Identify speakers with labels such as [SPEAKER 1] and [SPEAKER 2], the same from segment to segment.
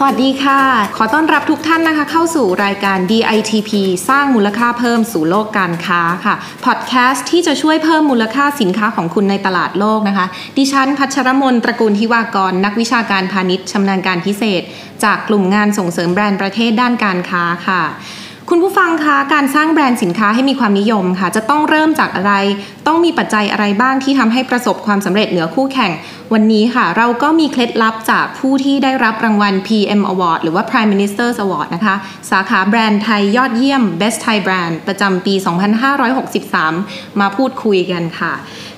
[SPEAKER 1] สวัสดีค่ะ ขอต้อนรับทุกท่านนะคะ เข้าสู่รายการ DITP สร้างมูลค่าเพิ่มสู่โลกการค้าค่ะ พอดแคสต์ที่จะช่วยเพิ่มมูลค่าสินค้าของคุณในตลาดโลกนะคะ ดิฉันพัชรมนตระกูลทิวากร นักวิชาการพาณิชย์ชำนาญการพิเศษ จากกลุ่มงานส่งเสริมแบรนด์ประเทศด้านการค้าค่ะ คุณผู้ฟังคะการสร้างแบรนด์สินค้าให้มีความนิยมค่ะ จะต้องเริ่มจากอะไร ต้องมีปัจจัยอะไรบ้างที่ทำให้ประสบความสำเร็จเหนือคู่แข่ง วันนี้ค่ะ เราก็มีเคล็ดลับจากผู้ที่ได้รับรางวัล PM Award หรือว่า Prime Minister's Award นะคะ สาขาแบรนด์ไทยยอดเยี่ยม Best Thai Brand ประจำปี 2563 มาพูดคุยกันค่ะ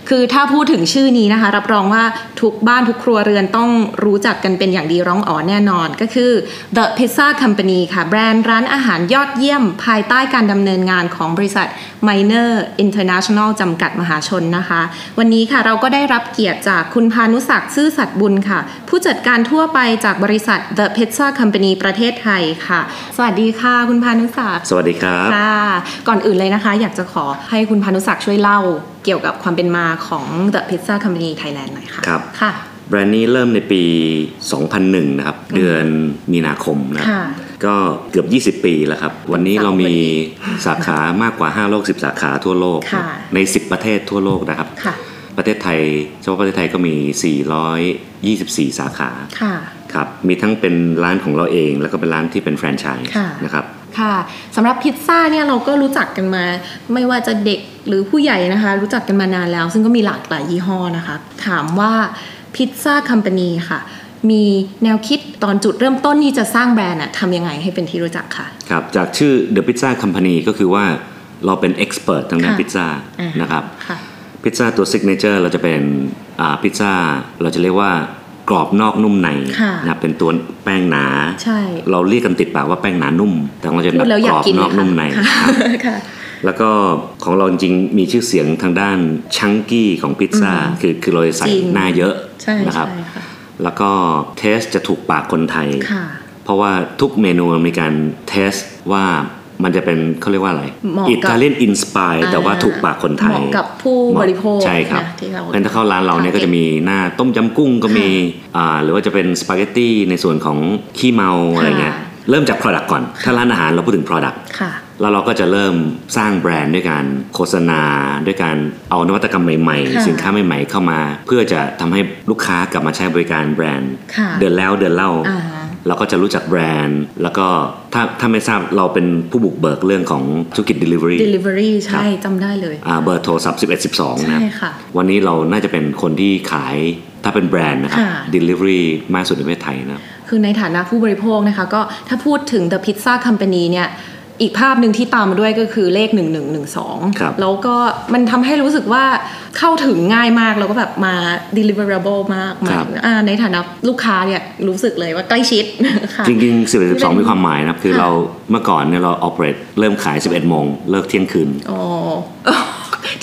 [SPEAKER 1] คือถ้าพูดถึงชื่อนี้นะคะ รับรองว่าทุกบ้านทุกครัวเรือนต้องรู้จักกันเป็นอย่างดีร้องอ๋อแน่นอนก็คือ The Pizza Company ค่ะ แบรนด์ร้านอาหารยอดเยี่ยม ภายใต้การดำเนินงานของบริษัท Minor International จำกัดมหาชนนะคะ วันนี้ค่ะเราก็ได้รับเกียรติจากคุณพานุศักดิ์ซื่อสัตย์บุญค่ะ ผู้จัดการทั่วไปจากบริษัท The Pizza Company ประเทศไทยค่ะ สวัสดีค่ะ คุณพานุศักดิ์
[SPEAKER 2] สวัสดีครับ
[SPEAKER 1] ค่ะ ก่อนอื่นเลยนะคะ อยากจะขอให้คุณพานุศักดิ์ช่วยเล่าเกี่ยวกับความเป็นมาของ The Pizza Company Thailand หน่อยค่ะ
[SPEAKER 2] ครับ
[SPEAKER 1] ค่ะ
[SPEAKER 2] แบรนด์นี้เริ่มในปี 2001 นะครับ เดือนมีนาคมนะครับ
[SPEAKER 1] ค่ะ
[SPEAKER 2] ก็เกือบ 20 ปีแล้วครับ วันนี้เรามีสาขามากกว่า 5 โลก 10 สาขาทั่วโลก
[SPEAKER 1] ค่ะ
[SPEAKER 2] ใน 10 ประเทศทั่วโลกนะครับ
[SPEAKER 1] ค่ะ
[SPEAKER 2] ประเทศไทยเฉพาะประเทศไทยก็มี 424 สาขา
[SPEAKER 1] ค่ะ
[SPEAKER 2] ครับ มีทั้งเป็นร้านของเราเอง แล้วก็เป็นร้านที่เป็นแฟรนไชส์
[SPEAKER 1] ค่ะ
[SPEAKER 2] นะครับ
[SPEAKER 1] ค่ะสำหรับพิซซ่าเนี่ยเราก็รู้จักกันมา ไม่ว่าจะเด็กหรือผู้ใหญ่นะคะ รู้จักกันมานานแล้ว ซึ่งก็มีหลากหลายยี่ห้อนะคะ ถามว่าพิซซ่าคัมปานีค่ะ มีแนวคิดตอนจุดเริ่มต้นที่จะสร้างแบรนด์อะทำยังไงให้เป็นที่รู้จักค่ะ
[SPEAKER 2] ครับจากชื่อ The Pizza Company ก็คือว่าเราเป็น expert ทางด้าน
[SPEAKER 1] ค่ะ
[SPEAKER 2] พิซซ่า
[SPEAKER 1] อ่า
[SPEAKER 2] นะครับ
[SPEAKER 1] ค่ะ
[SPEAKER 2] พิซซ่าตัวซิกเนเจอร์เราจะเป็นอ่าพิซซ่าเราจะเรียกว่ากรอบนอกนุ่มใน
[SPEAKER 1] ค่ะ
[SPEAKER 2] นะครับเป็นตัวแป้งหนา
[SPEAKER 1] ใช่
[SPEAKER 2] เราเรียกกันติดปากว่าแป้งหนานุ่ม แต่ของเราจะ
[SPEAKER 1] พูดแล้ว
[SPEAKER 2] ก
[SPEAKER 1] อยาร ก
[SPEAKER 2] อบ
[SPEAKER 1] กิน
[SPEAKER 2] น
[SPEAKER 1] เล
[SPEAKER 2] อย ก
[SPEAKER 1] ค่ะ
[SPEAKER 2] นุ่มใน
[SPEAKER 1] ค่ะ
[SPEAKER 2] แล้วก็ของเราจริงๆมีชื่อเสียงทางด้านชังกี้ของพิซซ่า
[SPEAKER 1] อืม
[SPEAKER 2] คือคือเราจะใส่
[SPEAKER 1] จริง
[SPEAKER 2] หน้าเยอะ
[SPEAKER 1] ใช่
[SPEAKER 2] นะครับ
[SPEAKER 1] ใช่ค่ะ
[SPEAKER 2] แล้วก็เทสจะถูกปากคนไทย
[SPEAKER 1] ค่ะ
[SPEAKER 2] เพราะว่าทุกเมนูมันมีการเทสว่ามันจะเป็นเขาเรียกว่าอะไร
[SPEAKER 1] เหมาะกับ
[SPEAKER 2] อิตาเลียนอินสปายแต่ว่าถูกปากคนไทย
[SPEAKER 1] เหมาะกับผู้บริโภค
[SPEAKER 2] ใช่ครับ
[SPEAKER 1] นะที่เรา
[SPEAKER 2] เพราะฉะนั้นถ้าเข้าร้านเราเนี่ยก็จะมีหน้าต้มยำกุ้งก็มีอ่าหรือว่าจะเป็นสปาเกตตี้ในส่วนของขี้เมาอะไรเงี้ย
[SPEAKER 1] ค่ะ
[SPEAKER 2] เริ่มจาก Product ก่อน ถ้าร้านอาหารเราพูดถึง Product
[SPEAKER 1] ค่ะ
[SPEAKER 2] แล้วเราก็จะเริ่มสร้างแบรนด์ด้วยการโฆษณา ด้วยการเอานวัตกรรมใหม่
[SPEAKER 1] ค่ะ
[SPEAKER 2] ๆ สินค้าใหม่ ๆ เข้ามา เพื่อจะทำให้ลูกค้ากลับมาใช้บริการแบรนด์
[SPEAKER 1] ค่ะ
[SPEAKER 2] เดือนแล้วเดือนเล่า
[SPEAKER 1] อ่าฮะ
[SPEAKER 2] เราก็จะรู้จักแบรนด์ แล้วก็ถ้าถ้าไม่ทราบเราเป็นผู้บุกเบิกเรื่องของธุรกิจ Delivery
[SPEAKER 1] delivery
[SPEAKER 2] ครั
[SPEAKER 1] ใช่
[SPEAKER 2] บ
[SPEAKER 1] จำได้เลย
[SPEAKER 2] อ่าเบอร์โทรศัพท์11 12 นะ
[SPEAKER 1] ใช่ค่ะ
[SPEAKER 2] วันนี้เราน่าจะเป็นคนที่ขายถ้าเป็นแบรนด์นะครับ
[SPEAKER 1] ค่ะ
[SPEAKER 2] Delivery มากสุดในประเทศไทยนะ
[SPEAKER 1] คือในฐานะผู้บริโภคนะคะ ก็ถ้าพูดถึง The Pizza Company เนี่ย อีกภาพหนึ่งที่ตามมาด้วยก็คือเลข
[SPEAKER 2] ครับ
[SPEAKER 1] 1112 แล้วก็มันทำให้รู้สึกว่าเข้าถึงง่ายมากแล้วก็แบบมา deliverable มากมาอ่าในฐานะลูกค้าเนี่ยรู้สึกเลยว่าใกล้ชิด ค่ะ
[SPEAKER 2] จริงๆ 11 12 มีความหมายนะครับ คือ
[SPEAKER 1] ค่ะ
[SPEAKER 2] เราเมื่อก่อนเนี่ยเราออเปเรตเริ่มขาย 11 โมง เลิกเที่ยงคืน
[SPEAKER 1] อ๋อ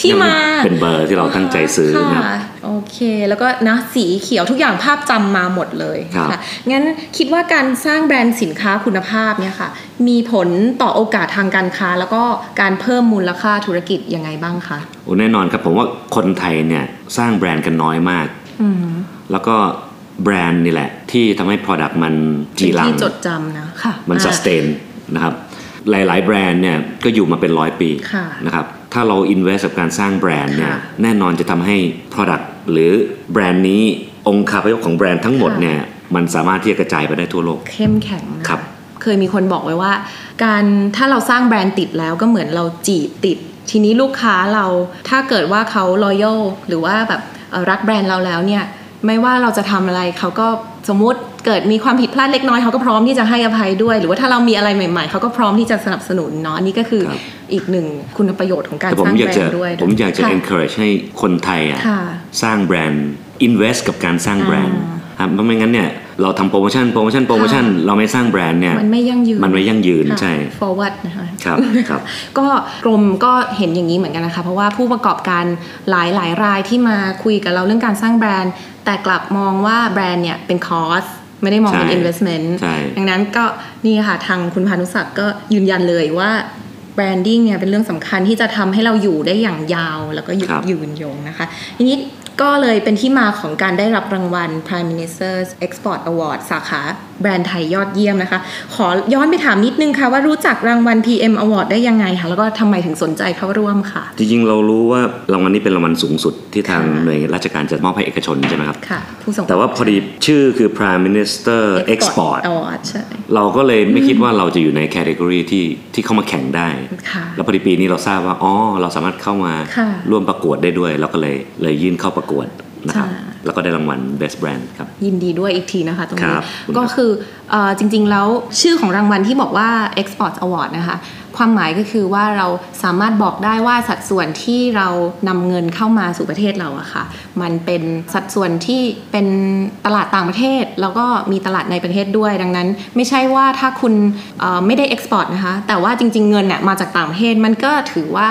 [SPEAKER 1] ที่มา
[SPEAKER 2] เป็นเบอร์ที่เราตั้งใจซื้อนะครับ
[SPEAKER 1] ค่ะโอเคแล้วก็นะสีเขียวทุกอย่างภาพจำมาหมดเลย
[SPEAKER 2] ครับ
[SPEAKER 1] ค่ะงั้นคิดว่าการสร้างแบรนด์สินค้าคุณภาพเนี่ยค่ะ มีผลต่อโอกาสทางการค้า แล้วก็การเพิ่มมูลค่าธุรกิจยังไงบ้างคะ
[SPEAKER 2] โอ้แน่นอนครับ ผมว่าคนไทยเนี่ย สร้างแบรนด์กันน้อยมาก
[SPEAKER 1] อืม
[SPEAKER 2] แล้วก็แบรนด์นี่แหละ ที่ทำให้ Product มันจีรัง
[SPEAKER 1] ที่จดจำนะค่ะ
[SPEAKER 2] มัน
[SPEAKER 1] อ่า
[SPEAKER 2] sustain นะครับ หลาย ๆ แบรนด์เนี่ยก็อยู่มาเป็นร้อยปี
[SPEAKER 1] ค่ะ
[SPEAKER 2] นะครับ ถ้าเรา invest กับการสร้างแบรนด์เนี่ย
[SPEAKER 1] ค่ะ
[SPEAKER 2] แน่นอนจะทำให้ product หรือแบรนด์นี้องค์คาพยพของแบรนด์ทั้งหมด
[SPEAKER 1] ค่ะ
[SPEAKER 2] เนี่ยมันสามารถที่จะกระจายไปได้ทั่วโลก
[SPEAKER 1] เข้มแข็งนะครับ เคยมีคนบอกไว้ว่า การถ้าเราสร้างแบรนด์ติดแล้วก็เหมือนเราจีบติด ทีนี้ลูกค้าเราถ้าเกิดว่าเขา loyal หรือว่าแบบเอ่อรักแบรนด์เราแล้วเนี่ย ไม่ว่าเราจะทำอะไรเขาก็สมมติเกิดมีความผิดพลาดเล็กน้อยเขาก็พร้อมที่จะให้อภัยด้วย หรือว่าถ้าเรามีอะไรใหม่ ๆ เขาก็พร้อมที่จะสนับสนุนเนาะอันนี่ก็คือ
[SPEAKER 2] ครับ
[SPEAKER 1] อีกหนึ่งคุณประโยชน์ของการ
[SPEAKER 2] แต่ผ
[SPEAKER 1] ส
[SPEAKER 2] ม
[SPEAKER 1] ร้าง
[SPEAKER 2] อยา
[SPEAKER 1] แบ
[SPEAKER 2] ก
[SPEAKER 1] ร
[SPEAKER 2] จะ
[SPEAKER 1] นด์ด้วย
[SPEAKER 2] ผมอยากจะ
[SPEAKER 1] ค่
[SPEAKER 2] encourage ให้คนไทยอ่ะ
[SPEAKER 1] ค่ะ
[SPEAKER 2] สร้างแบรนด์ invest กับการสร้างแบรนด์ครับเพราะไม่งั้นเนี่ย เราทำโปรโมชั่นโปรโมชั่นโปรโมชั่นเราไม่สร้างแบรนด์เนี่ย
[SPEAKER 1] มันไม่ยั่งยืน
[SPEAKER 2] มันไม่ยั่งยืน
[SPEAKER 1] ค่ะ
[SPEAKER 2] ใช่
[SPEAKER 1] forward นะคะ
[SPEAKER 2] ครับครับ
[SPEAKER 1] ก็กรมก็เห็นอย่างนี้เหมือนกันนะคะ เพราะว่าผู้ประกอบการหลายหลายรายที่มาคุยกับเราเรื่องการสร้างแบรนด์ แต่กลับมองว่าแบรนด์เนี่ยเป็นคอสไม่ได้มองเป็น
[SPEAKER 2] ใช่
[SPEAKER 1] investment
[SPEAKER 2] ใช่
[SPEAKER 1] ดังนั้นก็นี่ค่ะทางคุณพานุศักดิ์ก็ยืนยันเลยว่าแบรนดิ้งเนี่ยเป็นเรื่องสำคัญที่จะทำให้เราอยู่ได้อย่างยาวแล้วก็อยู่
[SPEAKER 2] ครับ
[SPEAKER 1] ยืนยงนะคะ ทีนี้ก็เลยเป็นที่มาของการได้รับรางวัล Prime Minister's Export Award สาขาแบรนด์ไทยยอดเยี่ยมนะคะ ขอย้อนไปถามนิดนึงค่ะว่ารู้จักรางวัล PM Award ได้ยังไงคะแล้วก็ทำไมถึงสนใจเข้าร่วมค่ะ
[SPEAKER 2] จริงๆ เรารู้ว่ารางวัลนี้เป็นรางวัลสูงสุดที่ทาง
[SPEAKER 1] ค่ะ
[SPEAKER 2] หน่วยราชการจะมอบให้เอกชนใช่ไหมครับ
[SPEAKER 1] ค่ะ ผู้ส่ง
[SPEAKER 2] แต่ว่าพอดีชื่อคือ Prime Minister Export
[SPEAKER 1] Award ใช่
[SPEAKER 2] เราก็เลยไม่คิดว่าเราจะอยู่ในแคตตากรีที่ที่เข้ามาแข่งได้
[SPEAKER 1] ค่ะ
[SPEAKER 2] แล้วพอดีปีนี้เราทราบว่าอ๋อเราสามารถเข้ามา
[SPEAKER 1] ค่ะ
[SPEAKER 2] ร่วมประกวดได้ด้วย เราก็เลยเลยยื่นเข้าประกวดนะครับ
[SPEAKER 1] ค่ะ
[SPEAKER 2] แล้วก็ได้รางวัล Best Brand ครับ
[SPEAKER 1] ยินดีด้วยอีกทีนะคะตรง
[SPEAKER 2] ค
[SPEAKER 1] นี้
[SPEAKER 2] รับคุณ
[SPEAKER 1] ก็คือเอ่อจริงๆแล้วชื่อของรางวัลที่บอกว่า Export Award นะคะ ความหมายก็คือว่าเราสามารถบอกได้ว่าสัดส่วนที่เรานำเงินเข้ามาสู่ประเทศเราอะค่ะ มันเป็นสัดส่วนที่เป็นตลาดต่างประเทศ แล้วก็มีตลาดในประเทศด้วย ดังนั้น ไม่ใช่ว่าถ้าคุณเอ่อไม่ได้ Export นะคะ แต่ว่าจริง ๆ เงินเนี่ยมาจากต่างประเทศมันก็ถือว่า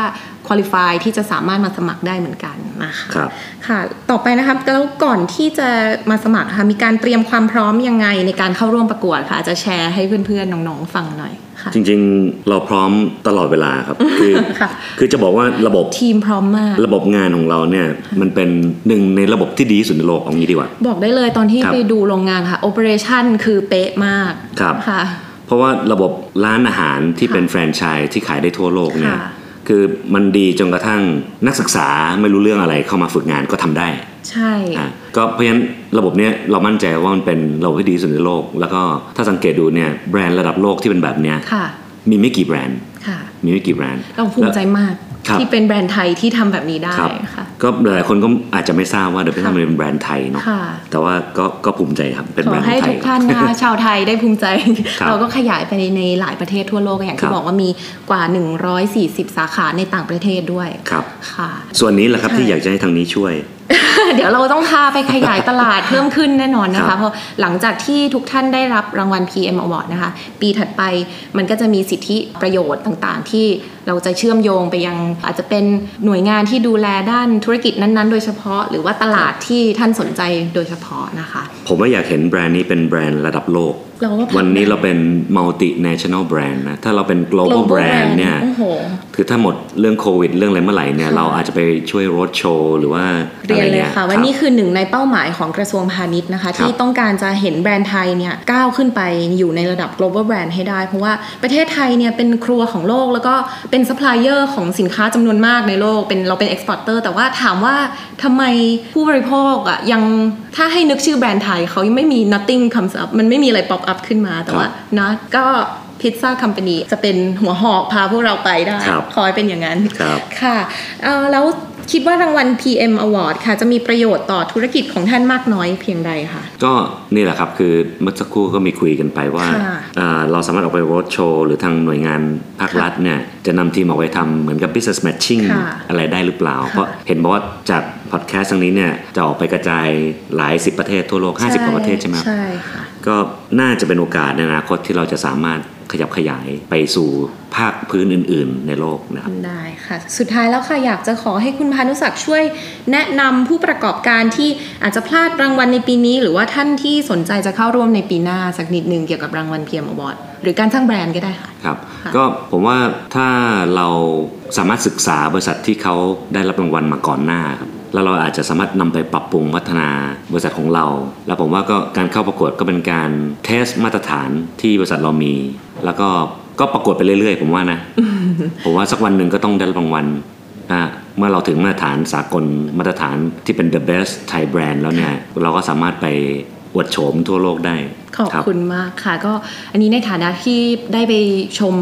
[SPEAKER 1] คุริฟายที่จะสามารถมาสมัครได้เหมือนกันนะคะ
[SPEAKER 2] ครับ
[SPEAKER 1] ค่ะ ต่อไปนะคะแล้วก่อนที่จะมาสมัครนะค่ะมีการเตรียมความพร้อมยังไงในการเข้าร่วมประกวดค่ะอาจจะแชร์ให้เพื่อนๆ น้องๆ ฟังหน่อยค่ะ
[SPEAKER 2] จริงๆ เราพร้อมตลอดเวลา ครับคือ
[SPEAKER 1] ค่ะ
[SPEAKER 2] คือจะบอกว่าระบบ
[SPEAKER 1] ทีมพร้อมมาก
[SPEAKER 2] ระบบงานของเราเนี่ยมันเป็นหนึ่งในระบบที่ดีที่สุดในโลกเอางี้ดีกว่า
[SPEAKER 1] บอกได้เลยตอนที่
[SPEAKER 2] ครับ
[SPEAKER 1] ไปดูโรงงานค่ะ โอเปอเรชั่นคือเป๊ะมาก
[SPEAKER 2] ครับ
[SPEAKER 1] ค่ะ
[SPEAKER 2] เพราะว่าระบบร้านอาหารที่เป็นแฟรนไชส์ที่ขายได้ทั่วโลกเนี่ย
[SPEAKER 1] ค่ะ
[SPEAKER 2] คือมันดีจนกระทั่งนักศึกษาไม่รู้เรื่องอะไรเข้ามาฝึกงานก็ทำได้
[SPEAKER 1] ใช่
[SPEAKER 2] อ่ะก็เพราะฉะนั้นระบบเนี้ยเรามั่นใจว่ามันเป็นระบบที่ดีที่สุดในโลก แล้วก็ถ้าสังเกตดูเนี่ยแบรนด์ระดับโลกที่เป็นแบบเนี้ย
[SPEAKER 1] ค่ะ
[SPEAKER 2] มีไม่กี่แบรนด์
[SPEAKER 1] ค่ะ
[SPEAKER 2] มีไม่กี่แบรนด์
[SPEAKER 1] เราภูมิใจมาก
[SPEAKER 2] ครับ
[SPEAKER 1] ที่เป็นแบรนด์ไทยที่ทำแบบนี้ได้
[SPEAKER 2] ครับ
[SPEAKER 1] ค่ะ
[SPEAKER 2] ก็หลายคนก็อาจจะไม่ทราบว่าเดอะพิทัมเป็นแบรนด์ไทยเนาะ
[SPEAKER 1] ค่ะ
[SPEAKER 2] แต่ว่าก็ก็ภูมิใจครับเป็น
[SPEAKER 1] ข
[SPEAKER 2] แบร
[SPEAKER 1] อน
[SPEAKER 2] ด์
[SPEAKER 1] ให้
[SPEAKER 2] ไท
[SPEAKER 1] ทุ
[SPEAKER 2] ย
[SPEAKER 1] กท่าน นะคะ ชาวไทยได้ภูมิใจ
[SPEAKER 2] ครับ
[SPEAKER 1] เราก็ขยายไปในหลายประเทศทั่วโลกอย่าง
[SPEAKER 2] ครั
[SPEAKER 1] ที่
[SPEAKER 2] บ
[SPEAKER 1] บอกว่ามีกว่า 140 สาขาในต่างประเทศด้วย
[SPEAKER 2] ครับ
[SPEAKER 1] ค่ะ
[SPEAKER 2] ส่วนนี้แหละครับ
[SPEAKER 1] ใช่
[SPEAKER 2] ที่อยากจะให้ทางนี้ช่วย
[SPEAKER 1] เดี๋ยวเราต้องพาไปขยายตลาด เพิ่มขึ้นแน่นอนนะ
[SPEAKER 2] ค
[SPEAKER 1] คะ
[SPEAKER 2] รับ
[SPEAKER 1] เพราะหลังจากที่ทุกท่านได้รับรางวัล PM Award นะคะ ปีถัดไปมันก็จะมีสิทธิประโยชน์ต่างๆ ที่เราจะเชื่อมโยงไปยังอาจจะเป็นหน่วยงานที่ดูแลด้านธุรกิจนั้นๆ โดยเฉพาะ หรือว่าตลาดที่ท่านสนใจโดยเฉพาะนะคะ
[SPEAKER 2] ผมว่าอยากเห็นแบรนด์นี้เป็นแบรนด์ระดับโลก
[SPEAKER 1] เราก็
[SPEAKER 2] วันนี้เราเป็น multinational brand นะถ้าเราเป็น global brand เนี่ย
[SPEAKER 1] โอ้โห
[SPEAKER 2] คือถ้าหมดเรื่องโควิด เรื่องอะไรเมื่อไหร่เนี่ย
[SPEAKER 1] ค่ะ
[SPEAKER 2] เราอาจจะไปช่วยรถโชว์หรือว่า
[SPEAKER 1] เรียนเลยค่ะ
[SPEAKER 2] อไรงี้
[SPEAKER 1] ว่านี่
[SPEAKER 2] รับ
[SPEAKER 1] คือหนึ่งในเป้าหมายของกระทรวงพาณิชย์นะคะ ที่ต้องการจะเห็นแบรนด์ไทยเนี่ยก้าวขึ้นไปอยู่ในระดับ global brand ให้ได้ เพราะว่าประเทศไทยเนี่ยเป็นครัวของโลกแล้วก็เป็น supplier ของสินค้าจำนวนมากในโลกเป็นเราเป็น exporter แต่ว่าถามว่าทำไมผู้บริโภคอ่ะยังถ้าให้นึกชื่อแบรนด์ไทยเขายังไม่มี nothing comes up มันไม่มีอะไร pop up ขึ้นมาแต่ว่า
[SPEAKER 2] ครับ
[SPEAKER 1] นะก็พิซซ่าคัมปานีจะเป็นหัวหอกพาพวกเราไปได้
[SPEAKER 2] ครับ
[SPEAKER 1] ขอให้เป็นอย่างนั้น
[SPEAKER 2] ครับ
[SPEAKER 1] ค่ะเอ่อแล้วคิดว่ารางวัล PM Award ค่ะ จะมีประโยชน์ต่อธุรกิจของท่านมากน้อยเพียงใดค่ะ
[SPEAKER 2] ก็นี่แหละครับคือเมื่อสักครู่ก็มีคุยกันไปว่า
[SPEAKER 1] ค่ะ
[SPEAKER 2] เอ่อเราสามารถออกไปรถโชว์หรือทางหน่วยงานภาครัฐเนี่ยจะนำทีมออกไปทำเหมือนกับ business matching
[SPEAKER 1] ค่ะ
[SPEAKER 2] อะไรได้หรือเปล่า
[SPEAKER 1] ค่ะ
[SPEAKER 2] เพราะเห็นบอกว่าจากพอดแคสต์ทางนี้เนี่ยจะออกไปกระจายหลายสิบประเทศทั่วโลก 50กว่าประเทศใช่ไหมครับ
[SPEAKER 1] ใช่ค่ะ
[SPEAKER 2] ก็น่าจะเป็นโอกาสในอนาคตที่เราจะสามารถขยับขยายไปสู่ภาคพื้นอื่น ๆ ในโลกนะครับ
[SPEAKER 1] ได้ค่ะ สุดท้ายแล้วค่ะอยากจะขอให้คุณพานุศักดิ์ช่วยแนะนำผู้ประกอบการที่อาจจะพลาดรางวัลในปีนี้ หรือว่าท่านที่สนใจจะเข้าร่วมในปีหน้าสักนิดหนึ่งเกี่ยวกับรางวัล PM Award หรือการสร้างแบรนด์ก็ได้ค่ะ
[SPEAKER 2] ครับ
[SPEAKER 1] ค่ะ
[SPEAKER 2] ก็ผมว่าถ้าเราสามารถศึกษาบริษัทที่เขาได้รับรางวัลมาก่อนหน้าครับแล้วเราอาจจะสามารถนำไปปรับปรุงพัฒนาบริษัทของเรา แล้วผมว่าก็การเข้าประกวดก็เป็นการเทสมาตรฐานที่บริษัทเรามี แล้วก็ก็ประกวดไปเรื่อยๆ ผมว่านะ ผมว่าสักวันหนึ่งก็ต้องได้รับรางวัลนะเมื่อเราถึงมาตรฐานสากลมาตรฐานที่เป็น the best Thai brand แล้วเนี่ยเราก็สามารถไปอวดโฉมทั่วโลกได้
[SPEAKER 1] ขอบ
[SPEAKER 2] รั
[SPEAKER 1] คุณมากค่ะ ก็อันนี้ในฐานะที่ได้ไปชม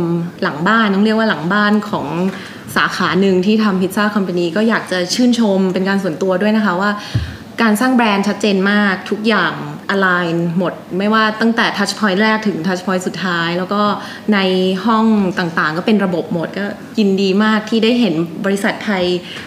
[SPEAKER 1] หลังบ้านต้องเรียกว่าหลังบ้านของสาขาหนึ่งที่ทำพิซซ่าคอมพานีก็อยากจะชื่นชมเป็นการส่วนตัวด้วยนะคะว่า การสร้างแบรนด์ชัดเจนมากทุกอย่าง align หมด ไม่ว่าตั้งแต่ touch point แรกถึง touch point สุดท้าย แล้วก็ในห้องต่างๆ ก็เป็นระบบหมดก็ยินดีมากที่ได้เห็นบริษัทไทย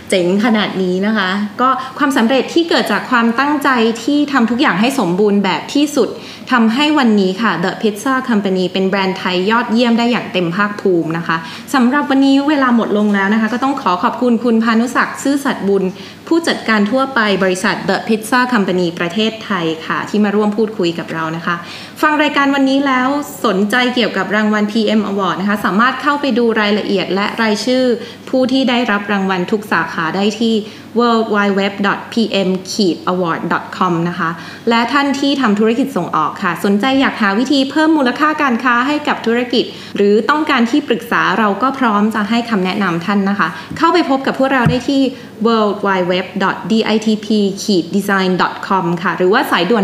[SPEAKER 1] เจ๋งขนาดนี้นะคะ ก็ความสำเร็จที่เกิดจากความตั้งใจที่ทำทุกอย่างให้สมบูรณ์แบบที่สุดทำให้วันนี้ค่ะ The Pizza Company เป็นแบรนด์ไทยยอดเยี่ยมได้อย่างเต็มภาคภูมินะคะสำหรับวันนี้เวลาหมดลงแล้วนะคะ ก็ต้องขอขอบคุณคุณพานุศักดิ์ซื่อสัตย์บุญ ผู้จัดการทั่วไปบริษัท The Pizza Company ประเทศไทยค่ะ ที่มาร่วมพูดคุยกับเรานะคะ ฟังรายการวันนี้แล้วสนใจเกี่ยวกับรางวัล PM Award นะคะ สามารถเข้าไปดูรายละเอียดและรายชื่อ ผู้ที่ได้รับรางวัลทุกสาขาได้ที่ worldwideweb.pm-award.com นะคะ และท่านที่ทำธุรกิจส่งออกค่ะ สนใจอยากหาวิธีเพิ่มมูลค่าการค้าให้กับธุรกิจ หรือต้องการที่ปรึกษาเราก็พร้อมจะให้คำแนะนำท่านนะคะ เข้าไปพบกับพวกเราได้ที่ worldwideweb.ditp-design.com ค่ะ หรือว่าสายด่วน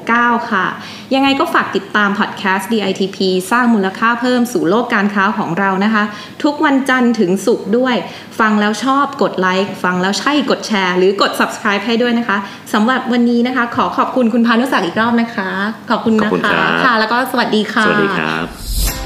[SPEAKER 1] 1169 ค่ะ ยังไงก็ฝากติดตามพอดแคสต์ DITP สร้างมูลค่าเพิ่มสู่โลกการค้าของเรานะคะ ทุกวันจันทร์ถึงศุกร์ด้วย ฟังแล้วชอบกดไลค์ฟังแล้วใช่กดแชร์ หรือกด subscribe ให้ด้วยนะคะสำหรับวันนี้นะคะ ขอขอบคุณคุณพานุศักดิ์อีกรอบนะคะ ขอบคุณนะ
[SPEAKER 2] ขอบคุณ
[SPEAKER 1] คะ
[SPEAKER 2] ครับ
[SPEAKER 1] ค่ะ แล้วก็สวัสดีค่ะ
[SPEAKER 2] สวัสดีครับ